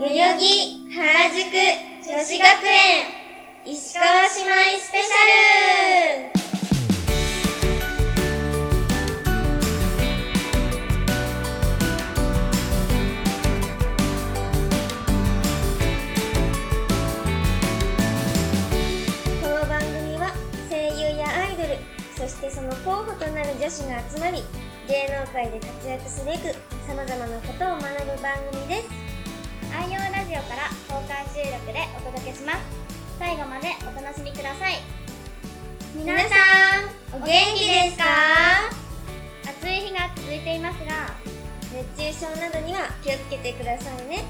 代々木、原宿、女子学園、石川姉妹スペシャルこの番組は声優やアイドルそしてその候補となる女子が集まり芸能界で活躍すべくさまざまなことを学ぶ番組です愛用ラジオから公開収録でお届けします最後までお楽しみください皆さんお元気ですか暑い日が続いていますが熱中症などには気をつけてくださいね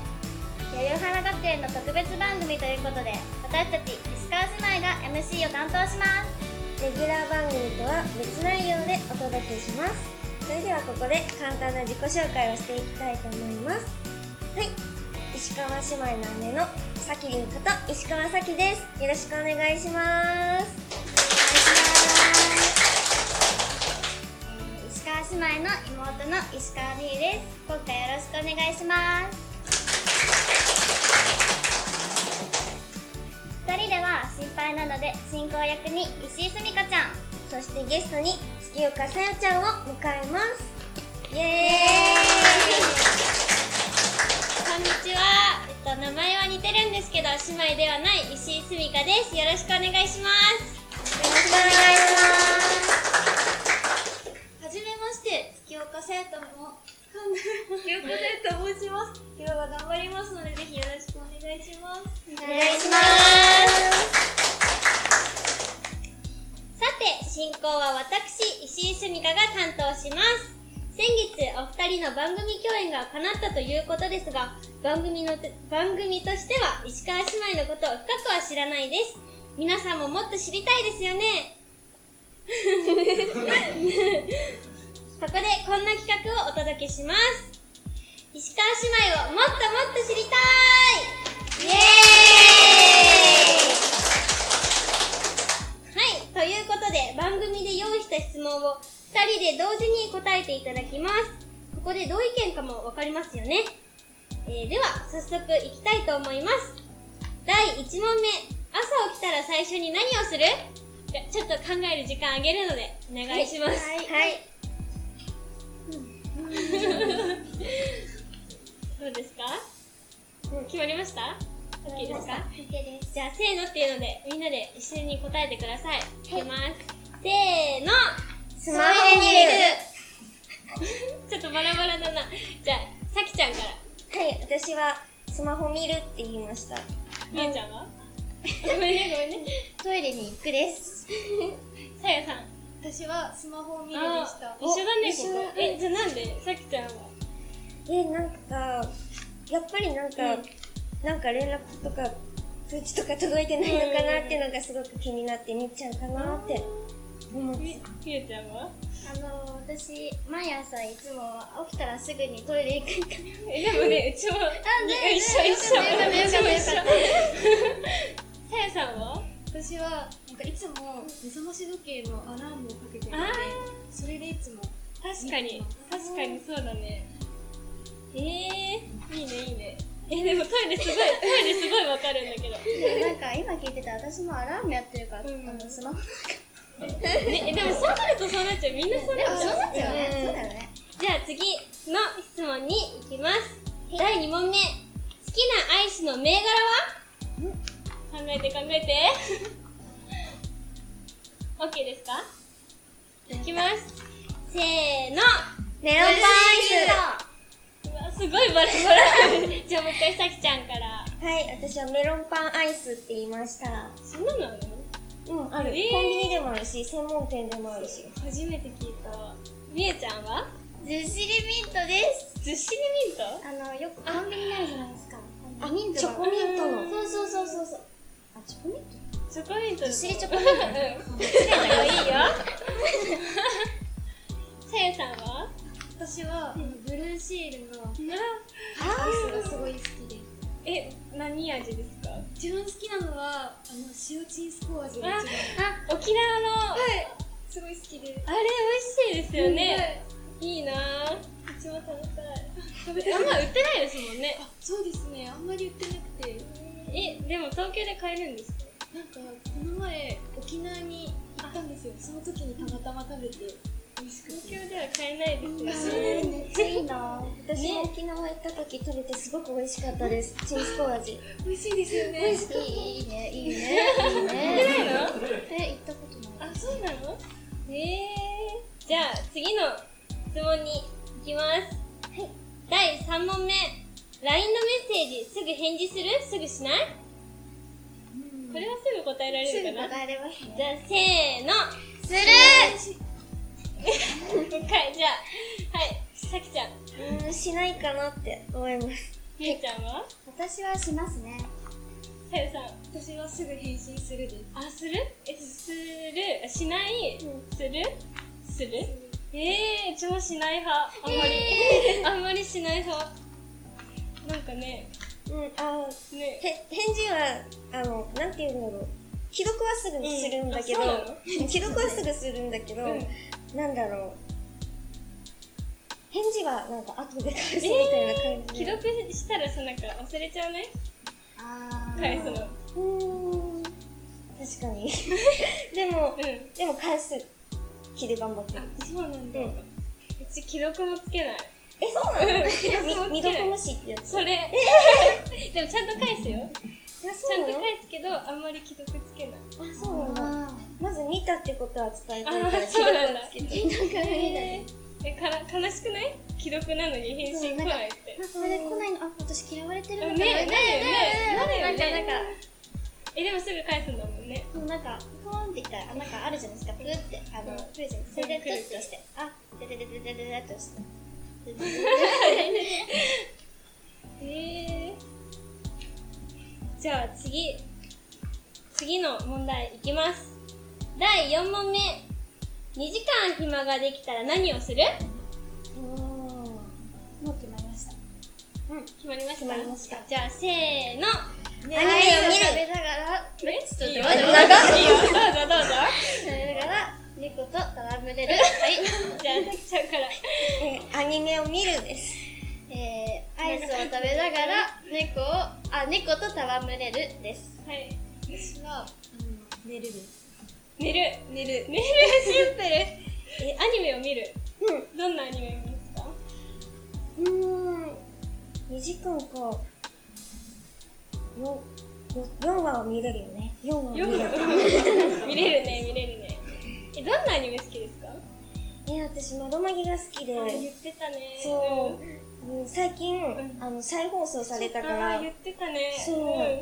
やよはら学園の特別番組ということで私たち石川姉妹が MC を担当しますレギュラー番組とは別内容でお届けしますそれではここで簡単な自己紹介をしていきたいと思いますはい石川姉妹の姉のさきりんこと石川さきですよろしくお願いしますえー石川姉妹の妹の石川美優です今回よろしくお願いします二人では心配なので進行役に石井すみかちゃんそしてゲストに月岡さよちゃんを迎えますイエーイこんにちは、えっと、名前は似てるんですけど姉妹ではない石井すみかですよろしくお願いしますよろしくお願いしますはじめまして、月岡生徒も、月岡生徒申します。今日は頑張りますので、ぜひよろしくお願いします。お願いします。さて、進行は私、石井すみかが担当します。先月、お二人の番組共演が叶ったということですが、番組のて、番組としては、石川姉妹のことを深くは知らないです。皆さんももっと知りたいですよね。そこでこんな企画をお届けします。石川姉妹をもっともっと知りたいイエーイはい、ということで番組で用意した質問を2人で同時に答えていただきます。ここでどう意見かもわかりますよね。えーでは、早速いきたいと思います。第1問目。朝起きたら最初に何をするいやちょっと考える時間あげるので、お願いします。はい どうですか、決まりました ?OK ですか OK です。じゃあ、せーのっていうので、みんなで一緒に答えてください。いきます。せーのスマホに入れる。 ちょっとバラバラだな。じゃあ、さきちゃんから。はい、私はスマホ見るって言いました。みやちゃんはごめんね、ごめんね。トイレに行くです。さやさん。私はスマホを見あー一緒だね、ここ。え、じゃあなんでさきちゃんはえ、なんか、やっぱりなんか、なんか連絡とか、通知とか届いてないのかなっていうのがすごく気になって見ちゃうかなって思って。み、みやちゃんはあの、私、毎朝いつも起きたらすぐにトイレ行くから。え、でもね、うちも、ね一緒一緒。よかったよかったよかったうちも一緒さやさんは私はなんかいつも目覚まし時計のアラームをかけてるのあでそれでいつも確かに確かにそうだねえー、いいねいいねえでもトイレすごいトイレすごいわかるんだけど、なんか今聞いてた私もアラームやってるから、うんあのスマホね、えでもそうなるとそうなっちゃうみんなそうなっちゃうだよねうんそうだよねじゃあ次の質問に行きます第2問目好きなアイスの銘柄は考えて考えて OK ですかいきますせーのメロンパンアイうわすごいバラバラじゃあもう一回さきちゃんからスはい、私はメロンパンアイスって言いました。そんなのあるのうん、ある。えーコンビニでもあるし、専門店でもあるし。初めて聞いたみえちゃんはずっしりミントです。ずっしりミントあのよくコンビニにあるじゃないですかあ、ミミンントトのチョコミントの。そうそうそうそうそうあチョコミントチョコミントずっしりチョコミント いいよさやさんは私はブルーシールのなアイスがすごい好きでえ何味ですか自分好きなのはあの塩チンスコー味が一あ番あ沖縄の、すごい好きであれ美味しいですよね、いいなぁう私ちも食べたい。食べて あんま売ってないですもんね。あそうですねあんまり売ってなくてえ、でも東京で買えるんですかなんかこの前沖縄に行ったんですよその時にたまたま食べて美味しく東京では買えないですよね。めっちゃいいな私も沖縄行った時食べてすごく美味しかったですチンスコ味美味しいですよ美ね味しいいいねいいねいい売っねてないのえ行ったことないあ、そうなのへえー。じゃあ、次の質問に行きます。はい。第3問目。LINE のメッセージ、すぐ返事するすぐしないこれはすぐ答えられるかなじゃあ、答えれますねせーの。す 向かい、じゃあ、はい。さきちゃん。るうーんしないかなって思いますみゆちゃんは私はしますねさゆさん。私はすぐ返信するですあ、するえ、するしない、するするええー、うちもしない派。あんまり、 あんまりしない派。なんかね、うんあね。へ返事はあのなんていうんだろう既読はすぐするんだけど、うんあそう既読はすぐするんだけど、うなんだろう返事はなんか後で返すみたいな感じ既で、読したらさ、なんか忘れちゃうねあー返すの。うーん確かに でもうん。でも返す気で頑張ってるそうなんだ。ううんち、既読もつけない。えそうなのそう み未読無視ってやつそれ。 でも、ちゃんと返すよ。あちそゃうんとなの返すけど、あんまり既読つけない。あそうなんだまず見たってことは伝えあたい からー、そうなんだ。既読はつけてなんか無理だねえー、えから悲しくない既読なのに返信来ないって。それで来ないの、あ、私嫌われてるねのえ、かな。ねえ、ねえ、なんねか、え、なんか、え、でもすぐ返すんだもんね。もうなんか、ポーンってきたら、あなんかあるじゃないですか、プーって、あの、来るじゃないですか。それで、プッと押して、あ、でででででででっと押して。へえー。じゃあ次、次の問題いきます。第4問目。2時間暇ができたら何をするおー、もう決まりました。決まりました決まりましたじゃあ、せーの。アニアニメを見る食べながら、えちょっと待っていいよ、どうぞどうぞ。食べながら、猫と戯れる。じゃあ、さきちゃんから。えー、アニメを見るです。えー、アイスを食べながら、猫を、あ、猫と戯れるです。はい。私は、うん、寝るです寝る。寝る寝る、シンプル。 え、アニメを見る。うん。どんなアニメを見ますかうーん、2時間か。よ、よ、4話は見れるよね。4話は見よれくる。 見れるね見れるねえどんなアニメ好きですかえ、私、窓マギが好きで、あ言ってたねそう、うん最近、んあの、再放送されたかあらー、言ってたねそうん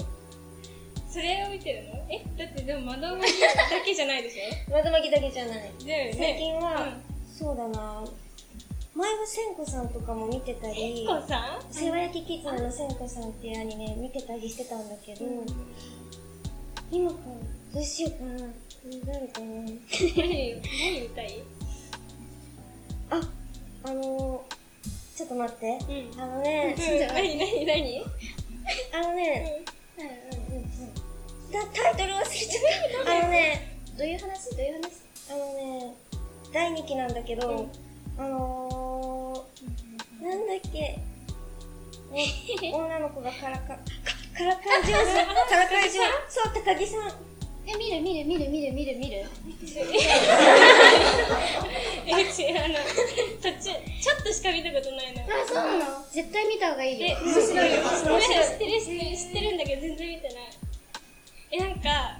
それを見てるのえだってでも窓マギだけじゃないでし ょ窓マギだけじゃない。だよね最近は、うんそうだな、前は千子さんとかも見てたり、こうさん世話焼きキッズの千子さんっていうアニメ見てたりしてたんだけど、今か、どうしようかな、誰かな。何何見たいあ、あのー、ちょっと待って。うんあのね、ちょっと待って何何何あのね、うんうんうんうんだタイトル忘れちゃった。あのね、どういう話どういう話あのね、第2期なんだけど、あのー、なんだっ け、ね女の子がからか、かからかい上手、からかい上手、そう、高木さん。え、見る見る見る見る見る見る。えうちあの途中ちょっとしか見たことないのあ、そうなの絶対見た方がいいよ。え、面白いよ。知ってる知ってる知ってるんだけど全然見てない。え、なんか、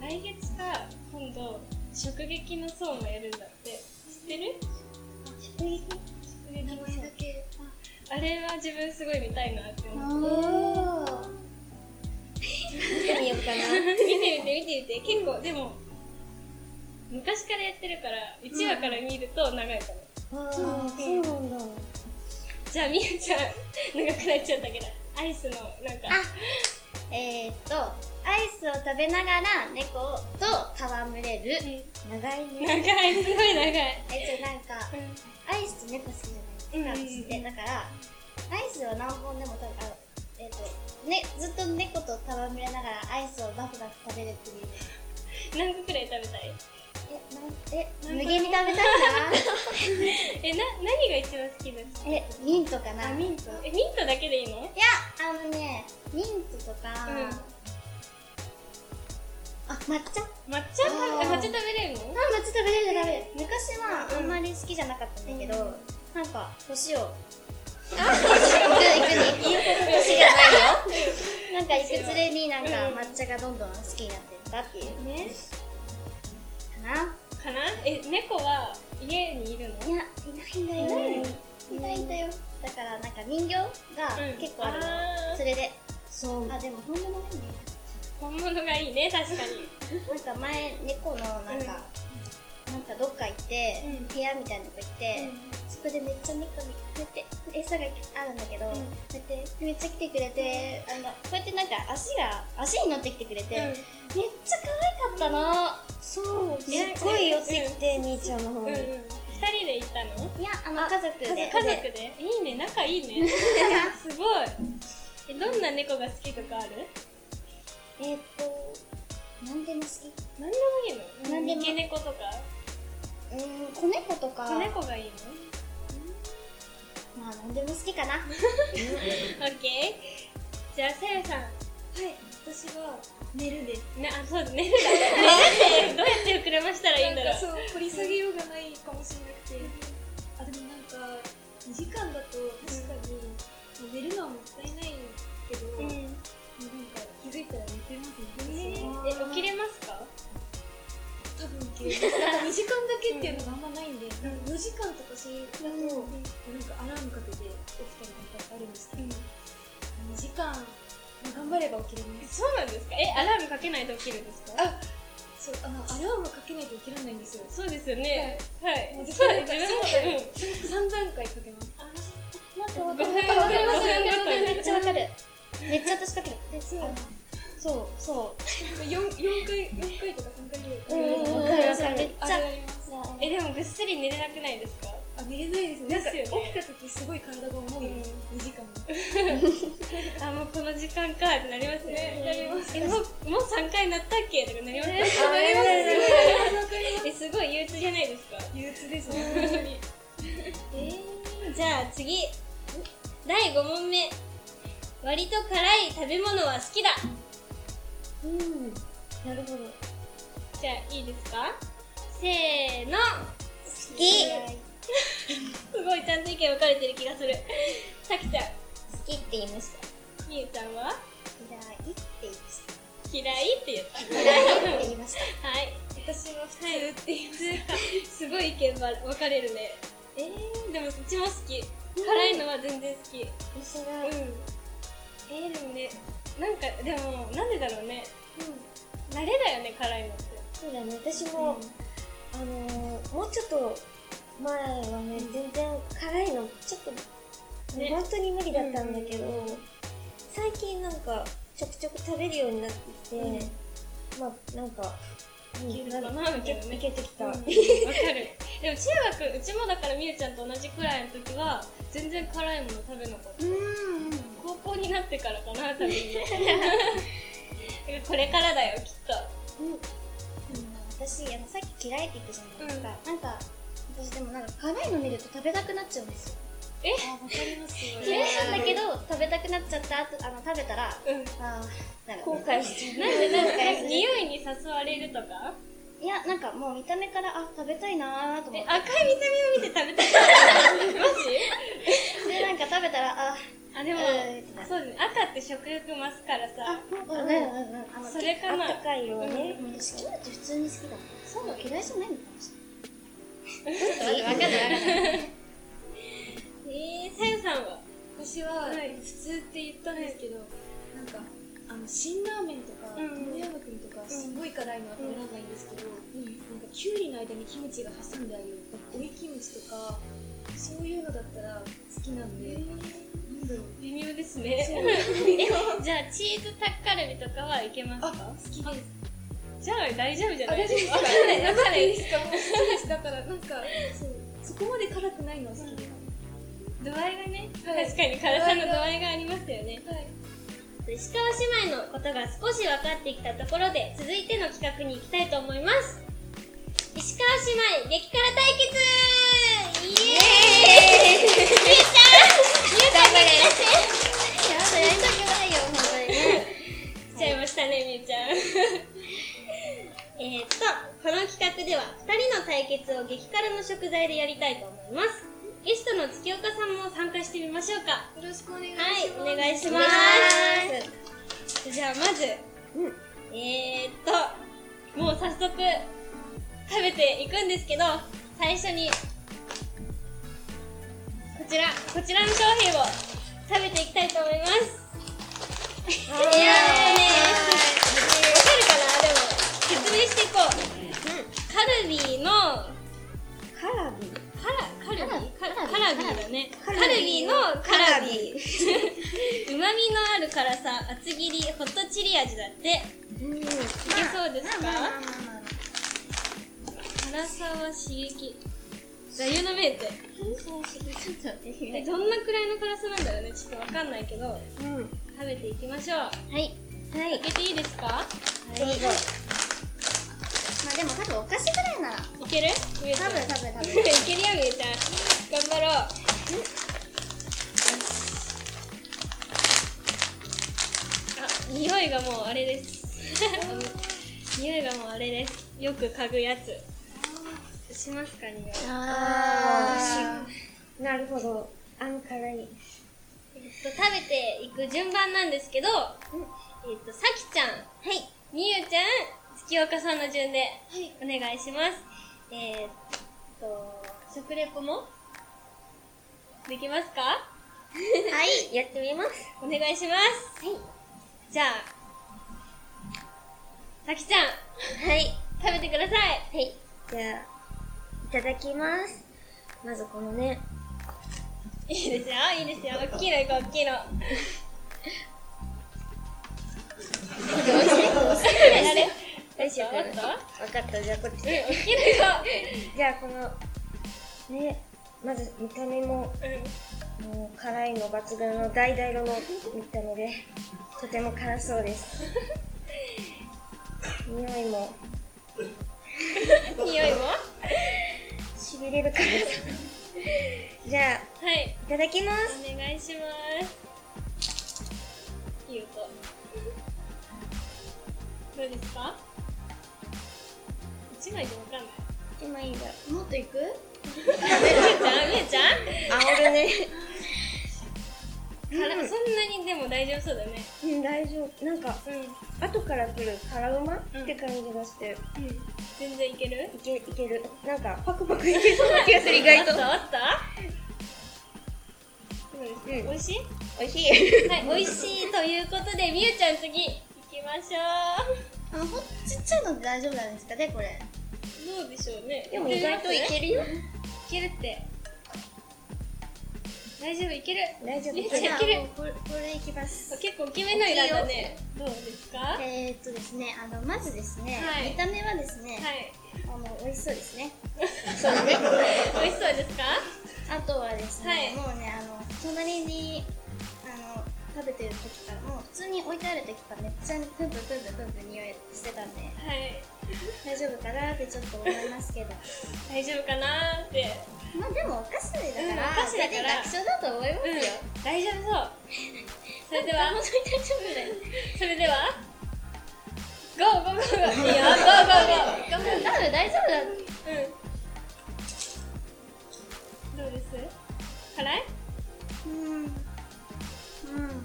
来月か、今度、直撃の層もやるんだって。知ってる直撃の層だけ。あれは自分すごい見たいなって思って。おー。見てみようかな。見て見て見て見て。結構、でも、昔からやってるから、1話から見ると長いかも。あーそうなんだ。じゃあ、みゆちゃん、長くなっちゃったけど、アイスの、なんか、えー、っと、アイスを食べながら猫と戯れる。長いね。長い、すごい長い。えっと、なんか、アイスと猫好きじゃないですか、私って。だから、アイスを何本でも食べ、あえっと、ね、ずっと猫と戯れながらアイスをバフバフ食べるっていう。何個くらい食べたいええ、無限に食べたいな。え、な、何が一番好きだっえ、ミントかな。あ、ミントけえ、ミントだけでいいいのや、あのね、ミントとか、うんあ、抹茶あ、抹茶あーえ抹茶食べれるの抹茶食べれる食べれる。昔はうんあんまり好きじゃなかったんだけど、なんか、星を。あ、行くに。星じゃないよ。なんか、いくつれになんかうん抹茶がどんどん好きになってったっていう。ねかな。かなえ、猫は家にいるのいや、いないんだよ。いないんだよ。だから、なんか人形がうん結構あるの。あーそれで。そう。あ、でも本物だよね。本物がいいね、確かに。なんか前、猫のなんか、うんなんかどっか行って、うん部屋みたいなとこ行って、そこでめっちゃ猫に、こうやって、餌があるんだけど、んこうやって、めっちゃ来てくれて、あの、こうやってなんか足が、足に乗ってきてくれて、めっちゃ可愛かったの。そう、すっごい寄ってきて、兄ちゃんの方うん。うん。うん。二人で行ったのいや、あの、家族で。家族でいいね、仲い いね。すごい。え、どんな猫が好きとかあるえーっと、なんでも好き。何でもいいの何でも三毛猫とかうーん、子猫とか、子猫がいいのまあ、なんでも好きかな。オッケーじゃあ、さやさん。はい、私は寝るです。ね、あ、そう、寝るだ。寝るってどうやって膨れましたらいいんだなんろかう。そう、掘り下げようがないかもしれなくて。あ、でもなんか、2時間だと確かに、もう寝るのはもったいないけど、もうなんか気づいたら寝てますえね。私はー、え起きれますか多分起きれます。なんか2時間だけっていうのがあんまないんで、なんか4時間とかそういうだと、なんかアラームかけて起きたりとかあるんですけど、2時間、頑張れば起きれます。そうなんですかえ、アラームかけないと起きるんですかあそう、あの、アラームかけないと起きられないんですよ。そうですよね。はい。もうそう、自自分も。うん分の中で3段階かけます。なんかかわわかかるるわわかかるわかるめっるわかるわかるちゃわかるめっちゃ私かけるそうそ四四回四回とか三回ぐらいかうなうんうんわかるわかるめっあちれゃあります。え、でもぐっすり寝れなくないですかあ寝れないですね。ですよね起きた時すごい体が重いです。二時間も。あ、もうこの時間かってなりますね。なりますえ、もう、もう3回なったっけとかなりますね。わかりますわかりまえ、すごい憂鬱じゃないですかす。憂鬱ですね。じゃあ次。第5問目。割と辛い食べ物は好きだ。うんなるほどじゃあいいですかせーの。好きすごいちゃんと意見分かれてる気がする。 さきちゃん、好きって言いましたみゆちゃんは嫌いって言いまし嫌いって言った。た嫌いって言いましたはい。私は普通はい、って言いました。 すごい意見ば分かれるね。えー、でもうちも好き。辛いのは全然好き。う一緒だん。えー、でもね、なんか、でも、なんでだろうね。うん。慣れだよね、辛いのって。そうだね私もあのーもうちょっと前はね全然辛いのちょっとね本当に無理だったんだけど最近なんかちょくちょく食べるようになってきてうんまあなんかうんいけるかななんかみたいなねいけてき た わかる。でも中学、うちもだからみゆちゃんと同じくらいの時は、全然辛いもの食べなかった。高校になってからかな、 多分ね。これからだよ、きっと。私あのさっき嫌いって言ったじゃないですか、うなんか私でもなんか辛いの見ると食べたくなっちゃうんですよえあわかります。嫌いなんだけど食べたくなっちゃった後あの食べたらあうん。あなんか後悔しちゃなんでなんか匂いに誘われるとかういやなんかもう見た目からあ食べたいなーと思えって赤い見た目を見て食べたいマジでなんか食べたらああでも、うんそうですね赤って食欲増すからうさんうんうんあのそれかなあったかい色はね、うん好きなって普通に好きだもんそうな嫌のいじゃないのかもし分かんないえー、さゆさんは私ははい普通って言ったんですけど、なんかあの辛ラーメンとかトうんムヤムクンとかすごい辛いのは食べられないんですけど、なんかキュウリの間にキムチが挟んである追いキムチとかそういうのだったら好きなんで、なんだろう微妙ですねそうえじゃあチーズタッカルビとかはいけますあか好きでじすゃあ大丈夫じゃあな大い丈夫ですかわか んないわかんないですかもう好きですだからなんかそうそこまで辛くないのは好きです、度合いがね、はい確かに辛さの度合いがありますよねはい石川姉妹のことが少し分かってきたところで続いての企画に行きたいと思います石石川姉妹激辛対決イエーイゆうちゃんゆうちゃん激や辛戦だ、やりたくないよ、本当にね。来ちゃいましたね、みゆちゃん。えーっと、この企画では2人の対決を激辛の食材でやりたいと思います。ゲストの月岡さんも参加してみましょうか。よろしくお願いしはい、ます。お願いしおま願いす。じゃあ、まず、えーっと、もう早速、食べていくんですけど、最初に、こちら、こちらの商品を食べていきたいと思います。いやーねわかるかなでも、説明していこう。カルビーの、カラビカラ、カルビーカカラビカラビーだね。カカルラビービーのカラビー。ビー。うまみのある辛さ、厚切り、ホットチリ味だって。いうん。まけそうですあか、まあまあまあ。辛さは刺激。座右の銘って。ちょっと待ってえどんなくらいの辛さなんだろうね。ちょっとわかんないけど、うん。は食べていきましょう。はい。い。開けていいですかどうぞ。まあでも多分お菓子ぐらいなら、いけるゆうちゃ多分ん。多分多い分。けるよ、みゆちゃん。頑張ろう。あ、匂いがもうあれです。匂いがもうあれです。よく嗅ぐやつ。しますか、匂い。あー。なるほど。あんからいい。えっと、食べていく順番なんですけど、えっと、さきちゃん、はい、みゆちゃん、月岡さんの順で、お願いします。えーっと、食レポもできますかはい、やってみます。お願いします。はい。じゃあ、さきちゃん、はい。食べてください。はい。じゃあ、いただきます。まずこのね、いいですよ、いいですよ。大きいのいこう、大きいの。大丈夫おっとわかった、じゃあこっちうん、で。大きいのいこじゃあ、この、ね、まず見た目も、う。うん。もう辛いの抜群の橙色の見た目で、とても辛そうです。匂いも、匂いもは痺れる辛さ。じゃあ、い。いただきます。お願いします。いい音。どうですか一枚でわかんない。今いいんだ。もっといくみゆちゃんみゆちゃあんおるね。辛そんなにでも大丈夫そうだね。うん、大丈夫。なんか、うん。後から来る辛うまって感じがして、うん。全然いけるいけ、いける。なんか、パクパクいけそうな気がする、意外と。あったあったうん美味しい美味しい。はい、美味しいということで、みゆちゃん次、行きましょあ、ほんとちっちゃいので大丈夫なんですかね、これ。う。どうでしょうね。でも意外といけるよ。いけるって。大丈夫、いける。大丈夫。いいけるけじゃるあ、もうこれ、これいきます。結構大きめの選んだね。どうですかはい。えー、っとですね、あの、まずですね、はい見た目はですね、あの、美味しそうですね。美味しそうですかあとはですはいね、もうね、あの、隣に、あの、食べてる時から、もう普通に置いてある時からめっちゃプンプンプンプンプンプン匂いしてたんで、はい。大丈夫かなってちょっと思いますけど。大丈夫かなーって。まあでもお菓子だから、うんお菓子だ大から体楽勝だと思いますよ。うん。大丈夫 そう。それでは、本当に大丈夫だよ。それでは、ゴーゴーゴーゴー。いいよ、ゴーゴーゴー。頑張多分大丈夫だ。る。うん。どうです辛いうん。うん。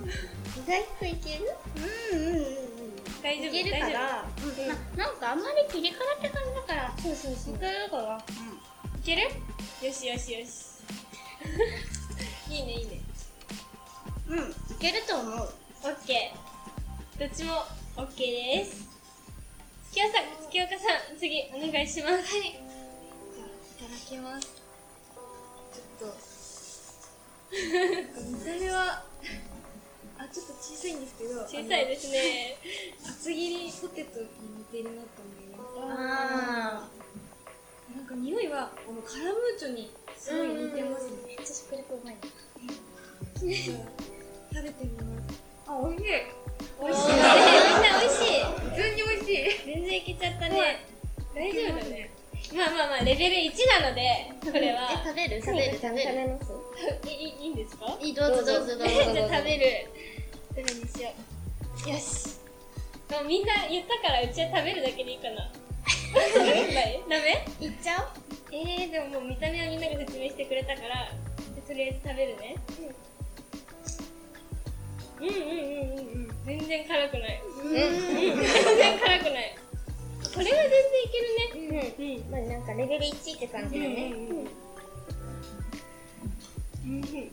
意外といけるうんうんうん大丈夫いけるか大丈ら、うんななんかあんまりピリ辛って感じだから、そうそうそう。いけるかな。夫。いけるよしよしよし。 いいね、いいね。うん。いけると思う。オッケー。どっちもオッケーです。月岡さん、月岡さん、次お願いします。はい。いただきます。ちょっと。なんか見た目は、あ、ちょっと小さいんですけど、小さいですね。あの厚切りポテトに似てるなと思います。あなんか匂いは、このカラムーチョにすごい似てますね。めっちゃ食レポうまいな。ちょっと食べてみます。あ、美味しい。美味しい。みんな美味しい。普通に美味しい。全然いけちゃったね。大丈夫だね。まあまあまあ、レベル1なので、これえ、は。食べる食べる食べる。べますいいいいんですかいい、どうぞどうぞどうぞどうぞ。じゃあ食べる。どれにしよう。よし。まあ、みんな言ったから、うちは食べるだけでいいかな。 ダメいっちゃえー、でももう見た目はみんなが説明してくれたから、じゃあとりあえず食べるね。うん。うんうんうんうんうん。全然辛くない。おううん。全然辛くない。これは全然いけるね。うん。うんまあなんかレベル1って感じだね。うんうん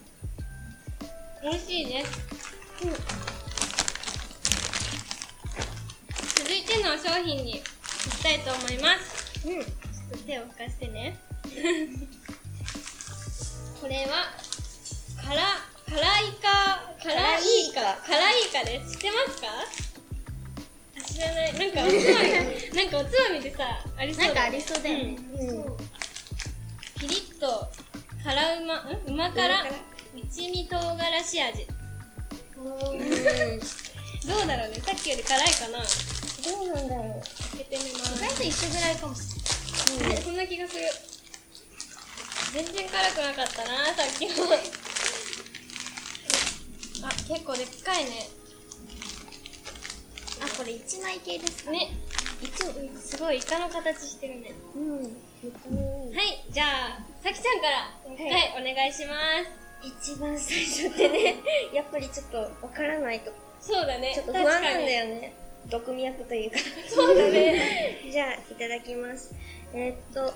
美味しいね、続いての商品に行きたいと思いますうんちょっと手を拭かしてねこれはから辛いか辛いか辛いかです知ってますかあ知らないなんかおつまみなんかおつまみでさありそうなんだかありそうだよね。ピリッと辛うま、んうま辛一味唐辛子味。どうだろうね、さっきより辛いかな。どうなんだろう。開けてみます。意外と一緒ぐらいかもしうんそんな気がする。全然辛くなかったな、さっきも。あ、結構でっかいね。れない。あ、これ一枚系ですかね、イカうんすごいイカの形してるね。うん。はい、じゃあ、さきちゃんから、はい、お願いします。一番最初ってね、やっぱりちょっとわからないと、そうだね。ちょっと不安なん確かにだよね。毒味役というか。そうだね。 じゃあ、いただきます。えー、っと、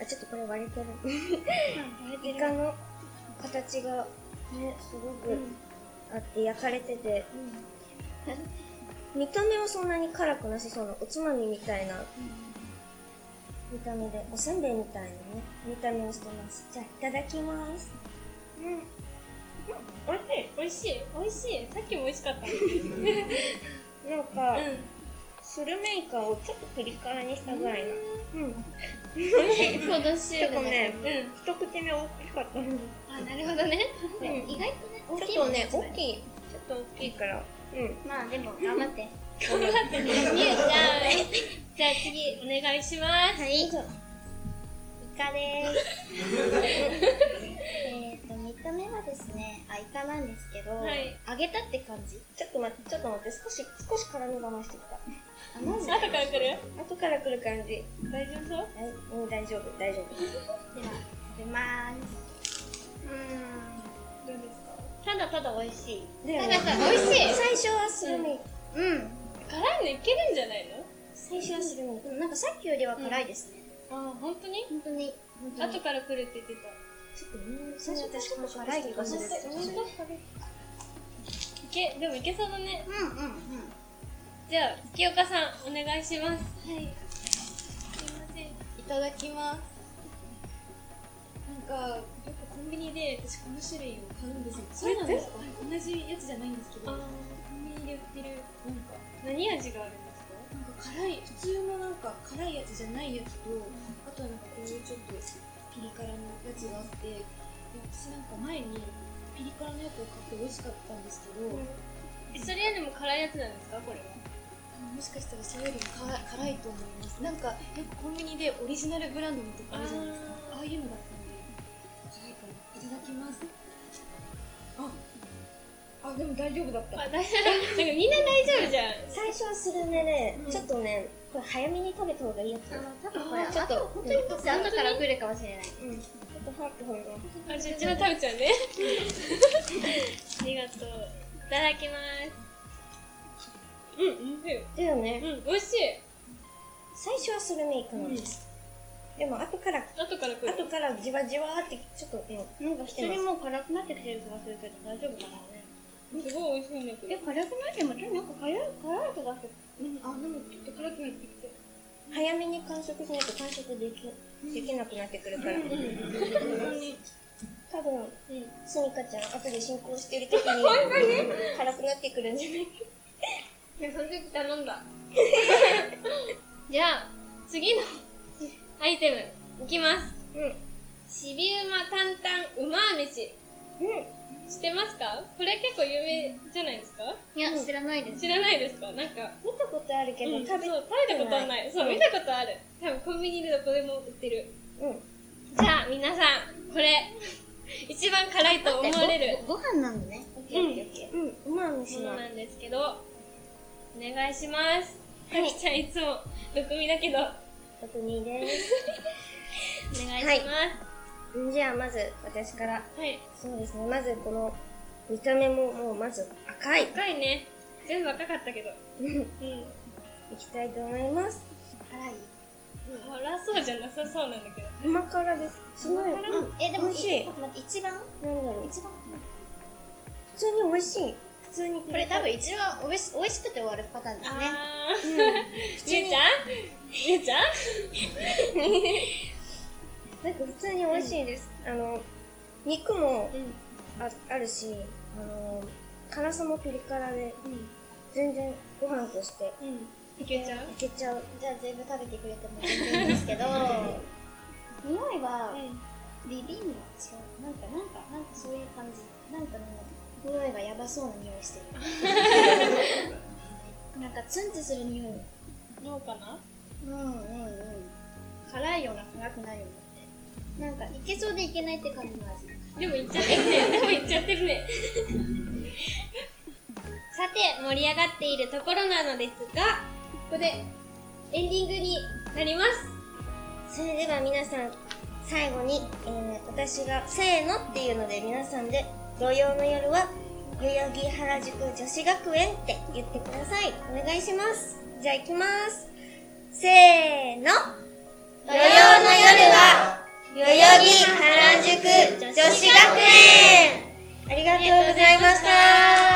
あ、ちょっとこれ割れてる。イカの形がね、すごくあって焼かれてて、見た目はそんなに辛くなさそうなおつまみみたいな見た目で、おせんべいみたいなね、見た目をしてます。じゃあ、いただきます。美味しい美味しい美味しいさっきも美味しかったなんか、うんスルメイカをちょっとピリ辛にしたぐらいな。うん。結構どうしよ結構ね、うん一口目大きかった。あなるほどね意外とね、大きいちょっとね、大きい。ちょっと大きいから。うん。まあでも、頑 張って。頑張ってねみゆちゃんじゃあ次お願いしますはい。イカでーす。えーと、見た目はですね、あ、イカなんですけど、はい揚げたって感じ。ちょっと待って、ちょっと待って、少し、少し辛みが増してきた。あ、なんで後から来る後から来る感じ。大丈夫そうはい、うん、大丈夫、大丈夫。では、食べまーす。ただただ美味しいだよたねださ美味しい最初はスルメイカ。うん。辛いのいけるんじゃないの最初はスルメイカ。でもなんかさっきよりは辛いですね。あ本当に本当に。本当に後から来るって言ってたちょっとね、最初確かに辛い気がする。いけでもいけそうだねうんうんうん。じゃあ月岡さんお願いしますいただきますなんかよくコンビニで私この種類を買うんですよそれなんですか同じやつじゃないんですけどあーコンビニで売ってるなんか何味があるんですかなんか辛い普通のなんか辛いやつじゃないやつと、あとはなんかこういうちょっとピリ辛のやつがあっていや私なんか前にピリ辛のやつを買って美味しかったんですけど、えそれよりも辛いやつなんですかこれはもしかしたらそれよりも辛い辛いと思いますなんかよくコンビニでオリジナルブランドのとこあるじゃないですかああいうのだったんで辛いからいただきますああでも大丈夫だったあ、大丈夫。 なんかみんな大丈夫じゃん。最初はスルメで、ちょっとね、これ早めに食べた方がいいやつ。多分これ、ちょっと後本当にこっち後から来るかもしれない。うん。ちょっと早く食べます。あ、じゃあうちの食べちゃうね。ありがとう。いただきます。うん、美味しだい。よね。うん、美味しい。最初はスルメイカなんです、でも後から後から来る。後からじわじわってちょっとうんなんかしてますもう辛くなってきてる気がするけど、大丈夫かなすごい美味しいね、これ。辛くなっても、なんか辛い、辛いとか早めに完食しないと完食できできなくなってくるから、多分、すみかちゃん後で進行してる時に辛くなってくるん じゃないかいや、その時頼んだ。 じゃあ、次のアイテム、いきます。うんしびうま担々うま飯。うん知ってますかこれ結構有名じゃないですかいや、知らないです。知らないですかなんか、見たことあるけど、うん、そう食食べべたことはない。そう、見たことある。多分コンビニでどこでも売ってる。うんじゃあ、皆さん、これ、一番辛いと思われるご飯なのね。うん、うまみしものななんですけど、お願いします。かきちゃんいつも、毒味だけど、おことにです。願いします。じゃあ、まず、私から。はい。そうですね、まずこの、見た目ももうまず赤い。深いね。全部赤かったけど。うん。いきたいと思います。辛そうじゃなさそうなんだけど。甘辛です。すごい。うん、え、で美も、味しいちょっと待って一番なんだろう。一番普通に美味しい。普通に。これ多分一番おいし美味しくて終わるパターンですね。あー。ゆうちゃんゆうちゃんなんか普通に美味しいです。あの、肉もあ,、あるし、あの、辛さもピリ辛で、全然ご飯としていけちゃういけちゃう。じゃあ全部食べてくれても全然いいんですけど、匂いはビビンは違う。なんかなんかなんかそういう感じ。なんかね、匂いがやばそうな匂いして る。なんかツンツする匂い。どうかなうんうんうん。辛いような辛くないようなって。なんかいけそうでいけないって感じの味。でもいっちゃってるね。でもいっちゃってるね。さて、盛り上がっているところなのですが、ここでエンディングになります。それでは皆さん、最後に、えー私が、せーのっていうので皆さんで、土曜の夜は、代々木原宿女子学園って言ってください。お願いします。じゃあ行きます。せーの。土曜の夜は、代々木原宿女子学園ありがとうございました。